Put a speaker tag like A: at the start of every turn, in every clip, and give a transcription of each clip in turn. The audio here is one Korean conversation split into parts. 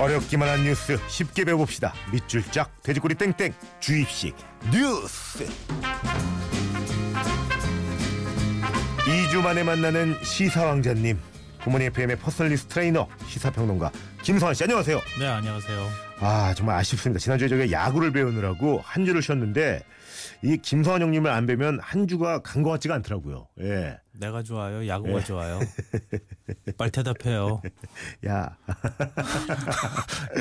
A: 어렵기만 한 뉴스 쉽게 배워봅시다. 밑줄 짝 돼지꼬리 땡땡 주입식 뉴스. 2주 만에 만나는 시사왕자님 구모니 FM의 퍼스널리스트 트레이너 시사평론가 김성환 씨 안녕하세요.
B: 네 안녕하세요.
A: 아 정말 아쉽습니다. 지난주에 저게 야구를 배우느라고 한 주를 쉬었는데 이 김성환 형님을 안 뵈면 한 주가 간 것 같지가 않더라고요. 예,
B: 내가 좋아요. 야구가
A: 네.
B: 좋아요. 빨리 대답해요.
A: 야,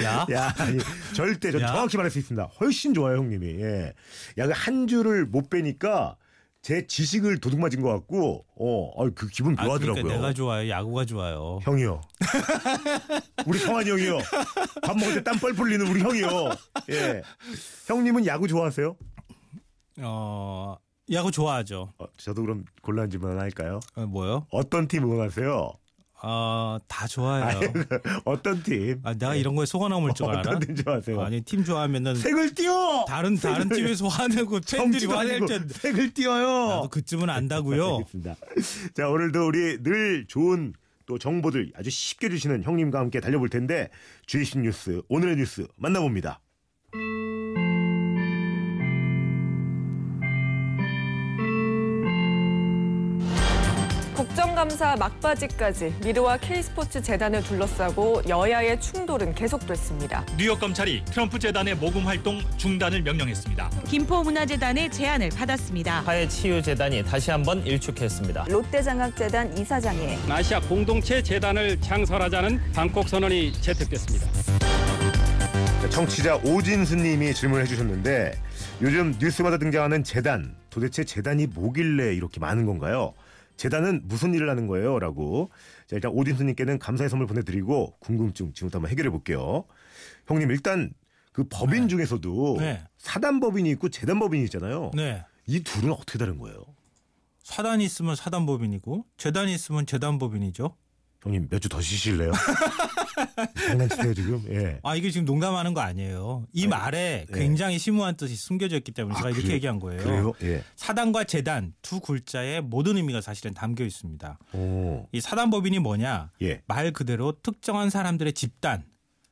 B: 야.
A: 야, 아니, 절대 저
B: 야.
A: 정확히 말할 수 있습니다. 훨씬 좋아요 형님이. 예, 야그한 주를 못 뵈니까 제 지식을 도둑 맞은 것 같고, 어, 아, 그 기분
B: 아, 그러니까
A: 묘하더라고요.
B: 내가 좋아요. 야구가 좋아요.
A: 형이요. 우리 성환 형이요. 밥 먹을 때 땀 뻘뻘 흘리는 우리 형이요. 예, 형님은 야구 좋아하세요?
B: 어 야구 좋아하죠.
A: 어, 저도 그럼 곤란한 질문 하나 할까요?
B: 어, 뭐요?
A: 어떤 팀 응원하세요?
B: 아, 어다 좋아해요.
A: 어떤 팀?
B: 아 내가 이런 거에 속아 넘을 줄 알아?
A: 어떤 팀 좋아하세요?
B: 아니 팀 좋아하면은
A: 색을 띄워!
B: 다른 다른
A: 색을-
B: 팀에서 화내고 팬들이
A: 정치도
B: 화낼
A: 아니고
B: 텐데
A: 색을
B: 나도
A: 띄워요!
B: 그쯤은 안다고요.
A: 알겠습니다. 자, 오늘도 우리 늘 좋은 또 정보들 아주 쉽게 주시는 형님과 함께 달려볼 텐데 주이신 뉴스, 오늘의 뉴스 만나봅니다.
C: 국정감사 막바지까지 미르와 K스포츠 재단을 둘러싸고 여야의 충돌은 계속됐습니다.
D: 뉴욕 검찰이 트럼프 재단의 모금 활동 중단을 명령했습니다.
E: 김포문화재단의 제안을 받았습니다.
F: 화해 치유 재단이 다시 한번 일축했습니다.
G: 롯데장학재단 이사장이
H: 아시아 공동체 재단을 창설하자는 방콕 선언이 채택됐습니다.
A: 자, 청취자 오진수님이 질문해 주셨는데 요즘 뉴스마다 등장하는 재단 도대체 재단이 뭐길래 이렇게 많은 건가요? 재단은 무슨 일을 하는 거예요? 라고 자, 일단 오진수님께는 감사의 선물 보내드리고 궁금증 지금부터 한번 해결해 볼게요. 형님 일단 그 법인 중에서도
B: 네.
A: 사단법인이 있고 재단법인이 있잖아요.
B: 네.
A: 이 둘은 어떻게 다른 거예요?
B: 사단이 있으면 사단법인이고 재단이 있으면 재단법인이죠.
A: 형님 몇 주 더 쉬실래요? 장난치세요 지금? 예.
B: 아 이게 지금 농담하는 거 아니에요. 이 말에 굉장히 심오한 뜻이 숨겨져 있기 때문에
A: 네. 아,
B: 제가 이렇게
A: 그래요?
B: 얘기한 거예요.
A: 그래요? 예.
B: 사단과 재단 두 글자의 모든 의미가 사실은 담겨 있습니다.
A: 오.
B: 이 사단법인이 뭐냐?
A: 예.
B: 말 그대로 특정한 사람들의 집단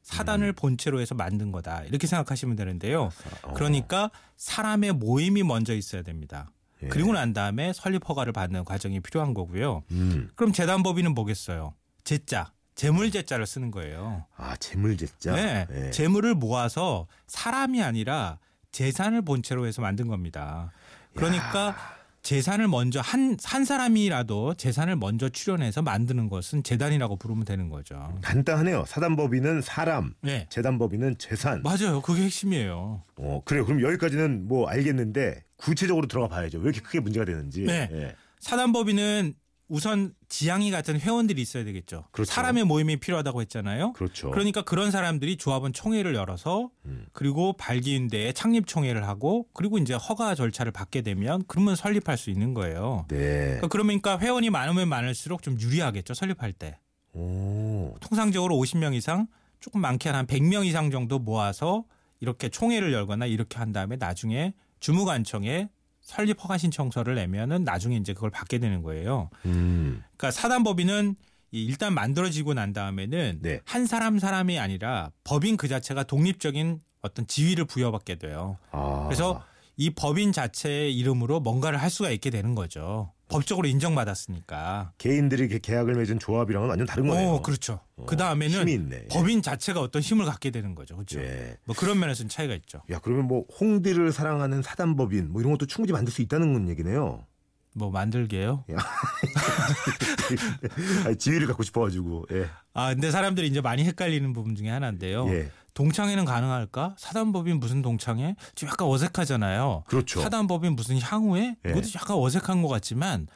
B: 사단을
A: 음.
B: 본체로 해서 만든 거다 이렇게 생각하시면 되는데요.
A: 아, 어.
B: 그러니까 사람의 모임이 먼저 있어야 됩니다.
A: 예.
B: 그리고 난 다음에 설립 허가를 받는 과정이 필요한 거고요.
A: 음.
B: 그럼 재단법인은 뭐겠어요? 재자, 재물 재자를 쓰는 거예요.
A: 아 재물제자.
B: 네,
A: 예.
B: 재물을 모아서 사람이 아니라 재산을 본체로 해서 만든 겁니다. 그러니까 재산을 먼저 한, 한 사람이라도 재산을 먼저 출연해서 만드는 것은 재단이라고 부르면 되는 거죠.
A: 간단하네요. 사단법인은 사람,
B: 네.
A: 재단법인은 재산.
B: 맞아요. 그게 핵심이에요.
A: 어, 그래요. 그럼 여기까지는 뭐 알겠는데 구체적으로 들어가 봐야죠. 왜 이렇게 크게 문제가 되는지.
B: 네.
A: 예.
B: 사단법인은 우선 지향이 같은 회원들이 있어야 되겠죠.
A: 그렇죠.
B: 사람의 모임이 필요하다고 했잖아요.
A: 그렇죠.
B: 러니까 그런 사람들이 조합원 총회를 열어서
A: 음.
B: 그리고 발기인대에 창립 총회를 하고 그리고 이제 허가 절차를 받게 되면 그러면 설립할 수 있는 거예요.
A: 네.
B: 그러니까 그러니까 회원이 많으면 많을수록 좀 유리하겠죠 설립할 때
A: 오.
B: 통상적으로 50명 이상 조금 많게는 한 100명 이상 정도 모아서 이렇게 총회를 열거나 이렇게 한 다음에 나중에 주무관청에 설립 허가 신청서를 내면은 나중에 이제 그걸 받게 되는 거예요.
A: 음.
B: 그러니까 사단법인은 이 일단 만들어지고 난 다음에는
A: 네.
B: 한 사람 사람이 아니라 법인 그 자체가 독립적인 어떤 지위를 부여받게 돼요.
A: 아.
B: 그래서 이 법인 자체의 이름으로 뭔가를 할 수가 있게 되는 거죠. 법적으로 인정받았으니까.
A: 개인들이 이렇게 계약을 맺은 조합이랑은 완전 다른 거네요.
B: 어, 그렇죠.
A: 어,
B: 그 다음에는
A: 힘이 있네. 예.
B: 법인 자체가 어떤 힘을 갖게 되는 거죠. 그렇죠.
A: 예.
B: 뭐 그런 면에서는 차이가 있죠.
A: 야, 그러면 뭐 홍대를 사랑하는 사단법인 뭐 이런 것도 충분히 만들 수 있다는 건 얘기네요.
B: 뭐 만들게요.
A: 예. 아니, 지위를 갖고 싶어가지고. 예.
B: 아, 근데 사람들이 이제 많이 헷갈리는 부분 중에 하나인데요.
A: 예.
B: 동창회는 가능할까? 사단법인 무슨 동창회? 좀 약간 어색하잖아요.
A: 그렇죠.
B: 사단법인 무슨 향후회?
A: 예.
B: 이것도 약간 어색한 것 같지만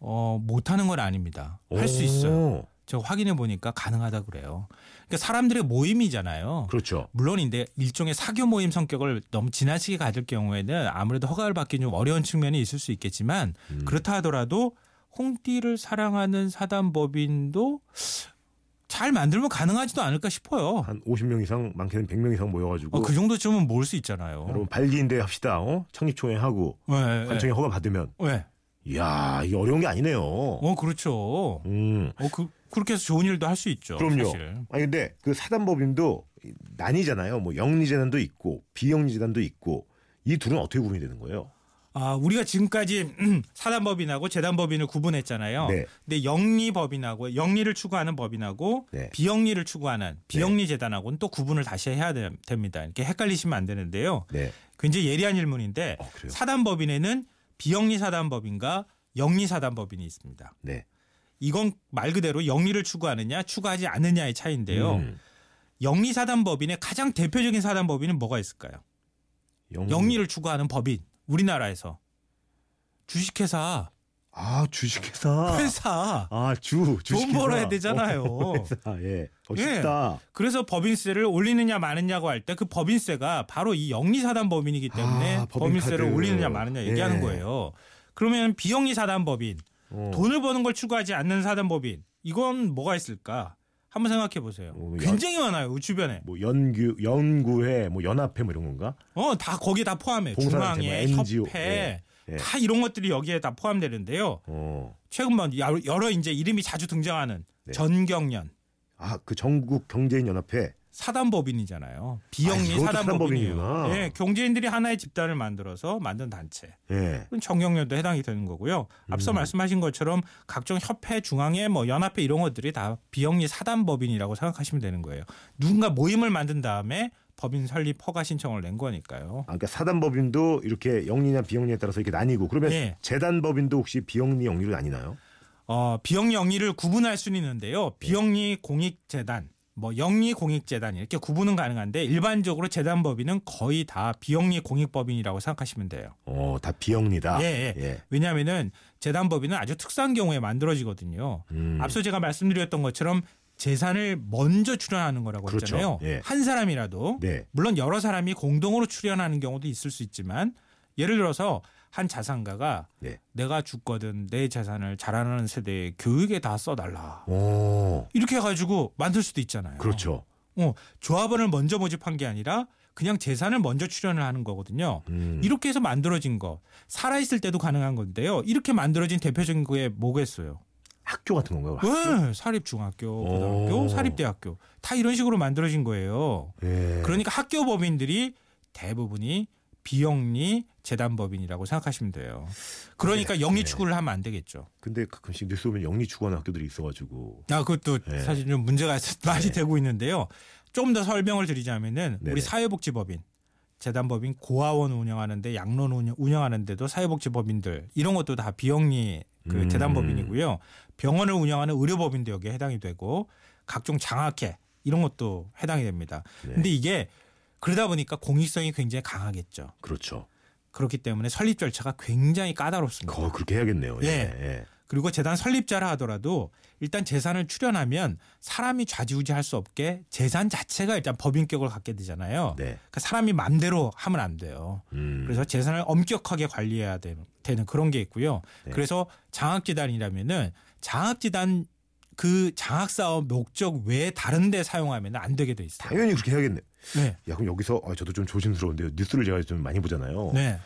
B: 어, 못하는 건 아닙니다. 할 수 있어요.
A: 오,
B: 제가 확인해 보니까 가능하다 그래요. 그러니까 사람들의 모임이잖아요.
A: 그렇죠.
B: 물론인데 일종의 사교 모임 성격을 너무 지나치게 가질 경우에는 아무래도 허가를 받기 좀 어려운 측면이 있을 수 있겠지만
A: 음.
B: 그렇다 하더라도 홍띠를 사랑하는 사단법인도 잘 만들면 가능하지도 않을까 싶어요.
A: 한 50명 이상 많게는 100명 이상 모여가지고.
B: 어, 그 정도쯤은 모을 수 있잖아요.
A: 여러분 발기인대 합시다. 어? 창립총회 하고
B: 예, 예, 예.
A: 관청에 허가 받으면.
B: 예.
A: 이야 이게 어려운 게 아니네요.
B: 어 그렇죠.
A: 음.
B: 어 그 그렇게 해서 좋은 일도 할 수 있죠.
A: 그럼요.
B: 사실.
A: 아니 근데 그 사단법인도 난이잖아요. 뭐 영리재단도 있고 비영리재단도 있고 이 둘은 어떻게 구분이 되는 거예요?
B: 아, 우리가 지금까지 사단법인하고 재단법인을 구분했잖아요.
A: 네.
B: 근데 영리법인하고 영리를 추구하는 법인하고
A: 네.
B: 비영리를 추구하는 비영리 재단하고는 또 구분을 다시 해야 되- 됩니다. 이렇게 헷갈리시면 안 되는데요.
A: 네.
B: 굉장히 예리한 질문인데
A: 어, 그래요?
B: 사단법인에는 비영리 사단법인과 영리 사단법인이 있습니다.
A: 네.
B: 이건 말 그대로 영리를 추구하느냐 추구하지 않느냐의 차이인데요.
A: 음,
B: 영리 사단법인의 가장 대표적인 사단법인은 뭐가 있을까요?
A: 영리.
B: 영리를 추구하는 법인 우리나라에서 주식회사
A: 아 주식회사.
B: 회사
A: 아주 주식회사.
B: 돈 벌어야 되잖아요.
A: 어, 회사. 예. 어,
B: 예.
A: 쉽다.
B: 그래서 법인세를 올리느냐 마느냐고 할 때 그 법인세가 바로 이 영리사단 법인이기 때문에
A: 아, 법인카드.
B: 법인세를 올리느냐 마느냐 얘기하는
A: 예.
B: 거예요. 그러면 비영리사단 법인
A: 어.
B: 돈을 버는 걸 추구하지 않는 사단 법인 이건 뭐가 있을까? 한번 생각해 보세요.
A: 어, 야.
B: 굉장히 많아요 우리 주변에.
A: 뭐 연구 연구회 뭐 연합회 뭐 이런 건가?
B: 어 다 거기에 다 포함해.
A: 봉사단체,
B: 중앙회,
A: 뭐 NGO.
B: 협회
A: 예. 예.
B: 다 이런 것들이 여기에 다 포함되는데요.
A: 어.
B: 최근만 야- 여러 이제 이름이 자주 등장하는
A: 네.
B: 전경련
A: 아그 전국 경제인 연합회.
B: 사단법인이잖아요.
A: 아,
B: 비영리
A: 이것도
B: 사단법인이에요.
A: 사단법인이구나.
B: 예, 경제인들이 하나의 집단을 만들어서 만든 단체.
A: 예.
B: 그건 정경련도 해당이 되는 거고요.
A: 음.
B: 앞서 말씀하신 것처럼 각종 협회, 중앙회, 뭐 연합회 이런 것들이 다 비영리 사단법인이라고 생각하시면 되는 거예요. 누군가 모임을 만든 다음에 법인 설립 허가 신청을 낸 거니까요.
A: 아, 그러니까 사단법인도 이렇게 영리냐 비영리에 따라서 이렇게 나뉘고 그러면
B: 예.
A: 재단법인도 혹시 비영리 영리로 나뉘나요?
B: 어, 비영리 영리를 구분할 수는 있는데요. 비영리 공익재단, 뭐 영리 공익재단 이렇게 구분은 가능한데 일반적으로 재단법인은 거의 다 비영리 공익법인이라고 생각하시면 돼요.
A: 어, 다 비영리다.
B: 예, 예. 왜냐하면은 재단법인은 아주 특수한 경우에 만들어지거든요.
A: 음.
B: 앞서 제가 말씀드렸던 것처럼 재산을 먼저 출연하는 거라고
A: 그렇죠.
B: 했잖아요.
A: 예.
B: 한 사람이라도
A: 네.
B: 물론 여러 사람이 공동으로 출연하는 경우도 있을 수 있지만 예를 들어서 한 자산가가
A: 네.
B: 내가 죽거든 내 재산을 자라나는 세대의 교육에 다 써달라
A: 오,
B: 이렇게 해가지고 만들 수도 있잖아요.
A: 그렇죠.
B: 어, 조합원을 먼저 모집한 게 아니라 그냥 재산을 먼저 출연을 하는 거거든요.
A: 음.
B: 이렇게 해서 만들어진 거 살아있을 때도 가능한 건데요. 이렇게 만들어진 대표적인 게 뭐겠어요?
A: 학교 같은 건가요?
B: 네, 사립 중학교, 고등학교,
A: 오.
B: 사립 대학교 다 이런 식으로 만들어진 거예요.
A: 예.
B: 그러니까 학교 법인들이 대부분이 비영리 재단 법인이라고 생각하시면 돼요. 그러니까 영리 추구를 하면 안 되겠죠.
A: 근데 가끔씩 뉴스 보면 영리 추구하는 학교들이 있어가지고
B: 아, 그것도
A: 네.
B: 사실 좀 문제가 많이 되고 있는데요. 조금 더 설명을 드리자면은
A: 네네.
B: 우리 사회복지법인 재단법인 고아원 운영하는데 양론 운영- 운영하는데도 사회복지법인들 이런 것도 다 비영리 그
A: 음.
B: 재단법인이고요. 병원을 운영하는 의료법인도 여기에 해당이 되고 각종 장학회 이런 것도 해당이 됩니다.
A: 네.
B: 근데 이게 그러다 보니까 공익성이 굉장히 강하겠죠.
A: 그렇죠.
B: 그렇기 때문에 설립 절차가 굉장히 까다롭습니다.
A: 거 그렇게 해야겠네요. 예.
B: 예.
A: 예.
B: 그리고 재단 설립자라 하더라도 일단 재산을 출연하면 사람이 좌지우지할 수 없게 재산 자체가 일단 법인격을 갖게 되잖아요.
A: 네.
B: 그러니까 사람이 맘대로 하면 안 돼요.
A: 음.
B: 그래서 재산을 엄격하게 관리해야 되는, 되는 그런 게 있고요.
A: 네.
B: 그래서 장학재단이라면은 장학재단 그 장학사업 목적 외에 다른 데 사용하면 안 되게 돼 있어요.
A: 당연히 그렇게 해야겠네.
B: 네.
A: 야 그럼 여기서 아, 저도 좀 조심스러운데요. 뉴스를 제가 좀 많이 보잖아요.
B: 네.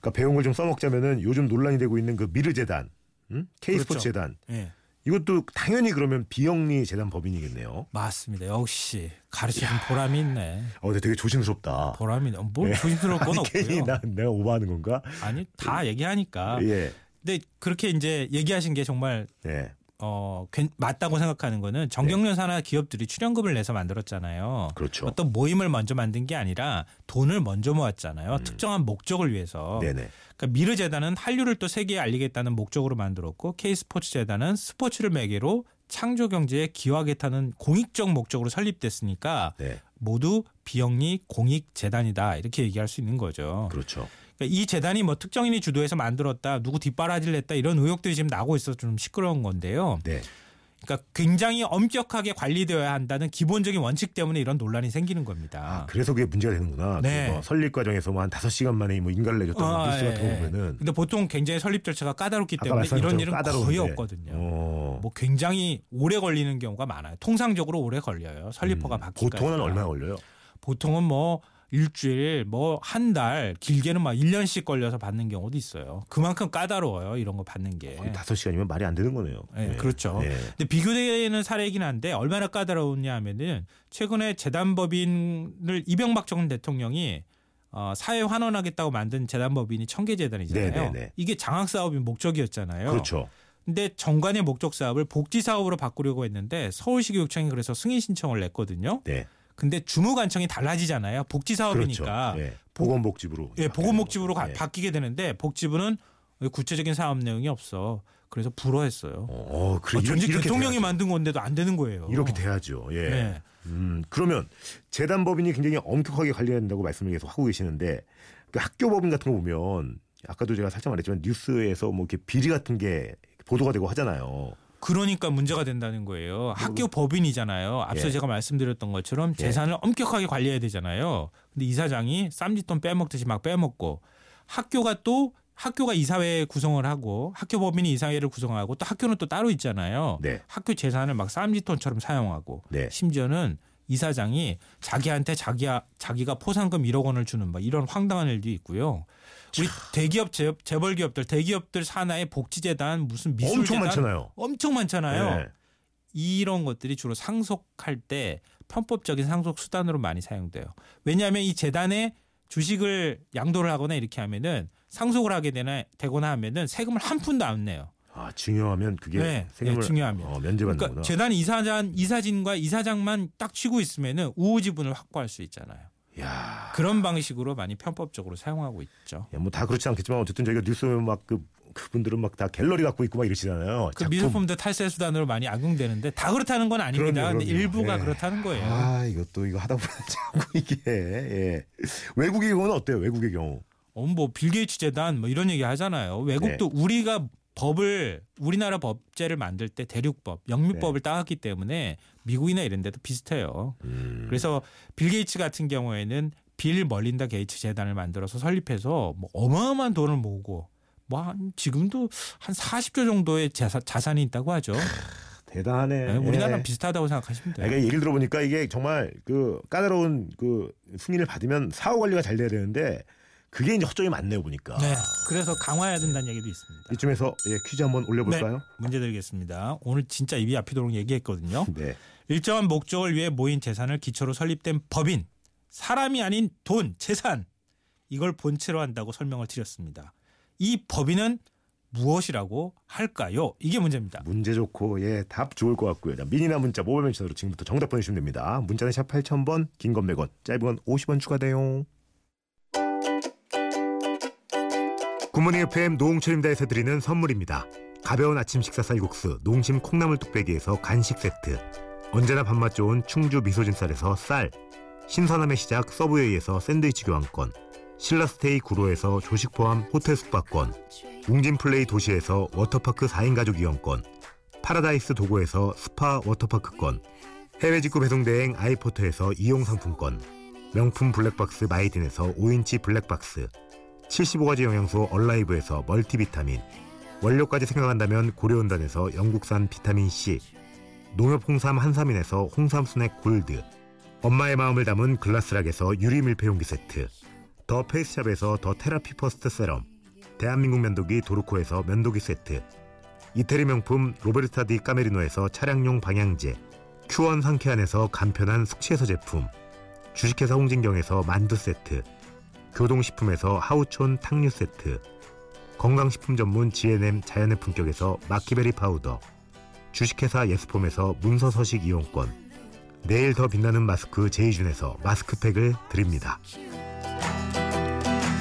A: 그러니까 배운 걸 좀 써먹자면은 요즘 논란이 되고 있는 그 미르 재단, 음? K 스포츠
B: 그렇죠.
A: 재단
B: 네.
A: 이것도 당연히 그러면 비영리 재단 법인이겠네요.
B: 맞습니다. 역시 가르치는 보람이 있네.
A: 어, 근데 되게 조심스럽다.
B: 보람이 있네. 뭘 조심스러울 건
A: 아니 괜히
B: 없고요. 아.
A: 나 내가 오버하는 건가?
B: 아니 다 얘기하니까.
A: 예.
B: 근데 그렇게 이제 얘기하신 게 정말
A: 네.
B: 어 괜- 맞다고 생각하는 거는 정경련사나 기업들이 출연금을 내서 만들었잖아요.
A: 그렇죠.
B: 어떤 모임을 먼저 만든 게 아니라 돈을 먼저 모았잖아요. 특정한 목적을 위해서.
A: 음. 네네.
B: 그러니까 미르 재단은 한류를 또 세계에 알리겠다는 목적으로 만들었고 K 스포츠 재단은 스포츠를 매개로 창조 경제에 기여하겠다는 공익적 목적으로 설립됐으니까
A: 네.
B: 모두 비영리 공익 재단이다 이렇게 얘기할 수 있는 거죠.
A: 그렇죠.
B: 그러니까 이 재단이 뭐 특정인이 주도해서 만들었다, 누구 뒷바라지를 했다 이런 의혹들이 지금 나고 있어서 좀 시끄러운 건데요.
A: 네.
B: 그러니까 굉장히 엄격하게 관리되어야 한다는 기본적인 원칙 때문에 이런 논란이 생기는
A: 아,
B: 겁니다.
A: 그래서 그게 문제가 되는구나.
B: 네.
A: 그뭐 설립 과정에서 뭐한 다섯 시간 만에 뭐 인간을 내줬던
B: 아,
A: 뉴스 같은
B: 예,
A: 거
B: 예.
A: 보면은
B: 근데 보통 굉장히 설립 절차가 까다롭기
A: 아까
B: 때문에
A: 말씀하신
B: 이런
A: 것처럼
B: 일은 거의
A: 까다로운데.
B: 없거든요.
A: 어.
B: 뭐 굉장히 오래 걸리는 경우가 많아요. 통상적으로 오래 걸려요. 설립허가
A: 음,
B: 받기까지.
A: 보통은 얼마나 걸려요?
B: 보통은 뭐 일주일 뭐 한 달 길게는 막 1년씩 걸려서 받는 경우도 있어요. 그만큼 까다로워요. 이런 거 받는
A: 아,
B: 게.
A: 거의 다섯 시간이면 말이 안 되는 거네요.
B: 네,
A: 예.
B: 예. 그렇죠.
A: 예.
B: 근데 비교되는 사례이긴 한데 얼마나 까다로웠냐 하면은 최근에 재단법인을 이명박 전 대통령이 어, 사회 환원하겠다고 만든 재단법인이 청계재단이잖아요.
A: 네네네.
B: 이게 장학 사업이 목적이었잖아요.
A: 그렇죠.
B: 근데 정관의 목적 사업을 복지 사업으로 바꾸려고 했는데 서울시 교육청이 그래서 승인 신청을 냈거든요.
A: 네.
B: 근데 주무관청이 달라지잖아요. 복지 사업이니까
A: 그렇죠. 예. 보건복지부로.
B: 예, 보건복지부로 가-
A: 예.
B: 바뀌게 되는데 복지부는 구체적인 사업 내용이 없어. 그래서 불허했어요.
A: 어, 어, 그래.
B: 아, 전직
A: 이렇게
B: 대통령이
A: 돼야죠.
B: 만든 건데도 안 되는 거예요.
A: 이렇게 돼야죠. 예.
B: 네.
A: 음, 그러면 재단법인이 굉장히 엄격하게 관리해야 된다고 말씀을 계속 하고 계시는데 그 학교법인 같은 거 보면 아까도 제가 살짝 말했지만 뉴스에서 뭐 이렇게 비리 같은 게 보도가 되고 하잖아요.
B: 그러니까 문제가 된다는 거예요. 학교 법인이잖아요. 앞서
A: 음. 예.
B: 제가 말씀드렸던 것처럼 재산을 엄격하게 관리해야 되잖아요. 근데 이사장이 쌈짓돈 빼먹듯이 막 빼먹고 학교가 또 학교가 이사회 구성을 하고 학교 법인이 이사회를 구성하고 또 학교는 또 따로 있잖아요.
A: 네.
B: 학교 재산을 막 쌈짓돈처럼 사용하고
A: 네.
B: 심지어는 이사장이 자기한테 자기야 자기가 포상금 1억 원을 주는 막 이런 황당한 일도 있고요. 우리 대기업 재- 재벌 기업들 대기업들 산하에 복지재단 무슨 미술재단
A: 엄청 많잖아요.
B: 엄청 많잖아요.
A: 네.
B: 이런 것들이 주로 상속할 때 편법적인 상속 수단으로 많이 사용돼요. 왜냐하면 이 재단에 주식을 양도를 하거나 이렇게 하면은 상속을 하게 되나 되거나 하면은 세금을 한 푼도 안 내요.
A: 아, 증여하면 그게
B: 네,
A: 세금을
B: 네, 증여하면.
A: 어, 면제받는
B: 그러니까
A: 구나
B: 재단 이사장 이사진과 이사장만 딱 치고 있으면은 우호 지분을 확보할 수 있잖아요.
A: 야.
B: 그런 방식으로 많이 편법적으로 사용하고 있죠.
A: 뭐 다 그렇지 않겠지만 어쨌든 저희가 뉴스에 막그 그분들은 막 다 갤러리 갖고 있고 막 이러시잖아요.
B: 그
A: 작품.
B: 미술품도 탈세 수단으로 많이 악용되는데 다 그렇다는 건 아닙니다.
A: 그럼요,
B: 근데
A: 그럼요.
B: 일부가
A: 예.
B: 그렇다는 거예요.
A: 아, 이것도 이거 하다 보면 자꾸 이게 예. 외국의 경우는 어때요? 외국의 경우.
B: 어, 뭐빌 게이츠 재단 뭐 이런 얘기 하잖아요. 외국도
A: 네.
B: 우리가 법을 우리나라 법제를 만들 때 대륙법,
A: 네.
B: 영미법을 따왔기 때문에 미국이나 이런 데도 비슷해요.
A: 음.
B: 그래서 빌 게이츠 같은 경우에는 빌 멀린다 게이츠 재단을 만들어서 설립해서 뭐 어마어마한 돈을 모으고 뭐 한 지금도 한 40조 정도의 재산, 자산이 있다고 하죠.
A: 대단하네.
B: 네, 우리나라랑
A: 예.
B: 비슷하다고 생각하시면 돼요.
A: 아니, 그러니까 얘기를 들어보니까 이게 정말 그 까다로운 그 승인을 받으면 사후 관리가 잘 돼야 되는데 그게 이제 허점이 많네요 보니까.
B: 네, 그래서 강화해야 된다는 얘기도 있습니다. 네,
A: 이쯤에서 예, 퀴즈 한번 올려볼까요?
B: 문제 드리겠습니다. 오늘 진짜 입이 아프도록 얘기했거든요.
A: 네.
B: 일정한 목적을 위해 모인 재산을 기초로 설립된 법인 사람이 아닌 돈 재산 이걸 본체로 한다고 설명을 드렸습니다. 이 법인은 무엇이라고 할까요? 이게 문제입니다.
A: 문제 좋고 예, 답 좋을 것 같고요. 자, 미니나 문자 모바일 메시지로 지금부터 정답 보내주시면 됩니다. 문자는 샵 8000번, 긴 건 100원, 짧은 건 50원 추가돼요. 굿모닝 FM 노홍철입니다에서 드리는 선물입니다. 가벼운 아침 식사 쌀국수, 농심 콩나물 뚝배기에서 간식 세트 언제나 밥맛 좋은 충주 미소진 쌀에서 쌀 신선함의 시작 서브웨이에서 샌드위치 교환권 신라스테이 구로에서 조식 포함 호텔 숙박권 웅진플레이 도시에서 워터파크 4인 가족 이용권 파라다이스 도고에서 스파 워터파크권 해외 직구 배송대행 아이포터에서 이용 상품권 명품 블랙박스 마이딘에서 5인치 블랙박스 75가지 영양소 얼라이브에서 멀티비타민 원료까지 생각한다면 고려온단에서 영국산 비타민C 농협 홍삼 한삼인에서 홍삼 스낵 골드 엄마의 마음을 담은 글라스락에서 유리 밀폐용기 세트 더 페이스샵에서 더 테라피 퍼스트 세럼 대한민국 면도기 도르코에서 면도기 세트 이태리 명품 로베르타 디 까메리노에서 차량용 방향제 큐원 상쾌한에서 간편한 숙취해소 제품 주식회사 홍진경에서 만두 세트 교동식품에서 하우촌 탕류 세트 건강식품 전문 GNM 자연의 품격에서 마키베리 파우더 주식회사 예스폼에서 문서 서식 이용권 내일 더 빛나는 마스크 제이준에서 마스크팩을 드립니다.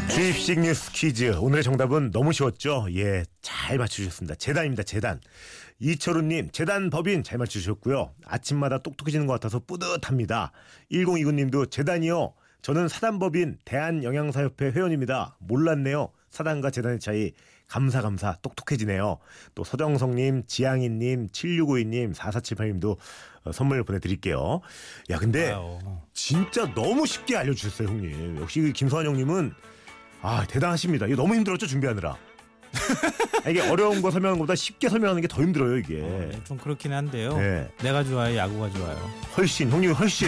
A: 주입식 뉴스 퀴즈 오늘의 정답은 너무 쉬웠죠? 예, 잘 맞추셨습니다. 재단입니다. 재단 이철우님 재단 법인 잘 맞추셨고요. 아침마다 똑똑해지는 것 같아서 뿌듯합니다. 1029님도 재단이요. 저는 사단법인 대한영양사협회 회원입니다. 몰랐네요. 사단과 재단의 차이 감사 감사 똑똑해지네요. 또 서정성님, 지양이님, 7652님, 4478님도 어, 선물 보내드릴게요. 야 근데
B: 아유,
A: 진짜 너무 쉽게 알려주셨어요, 형님. 역시 그 김서환 형님은 아 대단하십니다. 이거 너무 힘들었죠 준비하느라. 아, 이게 어려운 거 설명하는 것보다 쉽게 설명하는 게 더 힘들어요 이게.
B: 네, 좀 그렇긴 한데요.
A: 네.
B: 내가 좋아요, 야구가 좋아요.
A: 훨씬 형님 훨씬.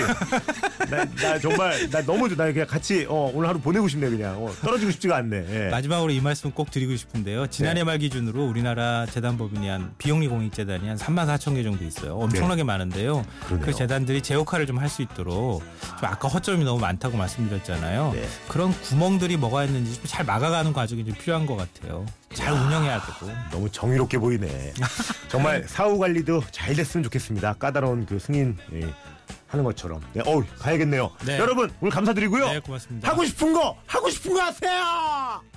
A: 나, 나 정말 나 너무 좋- 나 그냥 같이 어, 오늘 하루 보내고 싶네 그냥 어, 떨어지고 싶지가 않네. 예. 네.
B: 마지막으로 이 말씀 꼭 드리고 싶은데요. 지난해 말 기준으로 우리나라 재단법인이 한 비영리 공익재단이 한 3만 4천 개 정도 있어요. 엄청나게 많은데요.
A: 네. 그러네요.
B: 그 재단들이 제 역할을 좀 할 수 있도록 좀 아까 허점이 너무 많다고 말씀드렸잖아요.
A: 네.
B: 그런 구멍들이 뭐가 있는지 좀 잘 막아가는 과정이 좀 필요한 것 같아요. 잘 운영해야 되고.
A: 너무 정의롭게 보이네. 정말 사후 관리도 잘 됐으면 좋겠습니다. 까다로운 그 승인 예, 하는 것처럼. 네, 어우 가야겠네요.
B: 네.
A: 여러분 오늘 감사드리고요.
B: 네, 고맙습니다.
A: 하고 싶은 거 하고 싶은 거 하세요.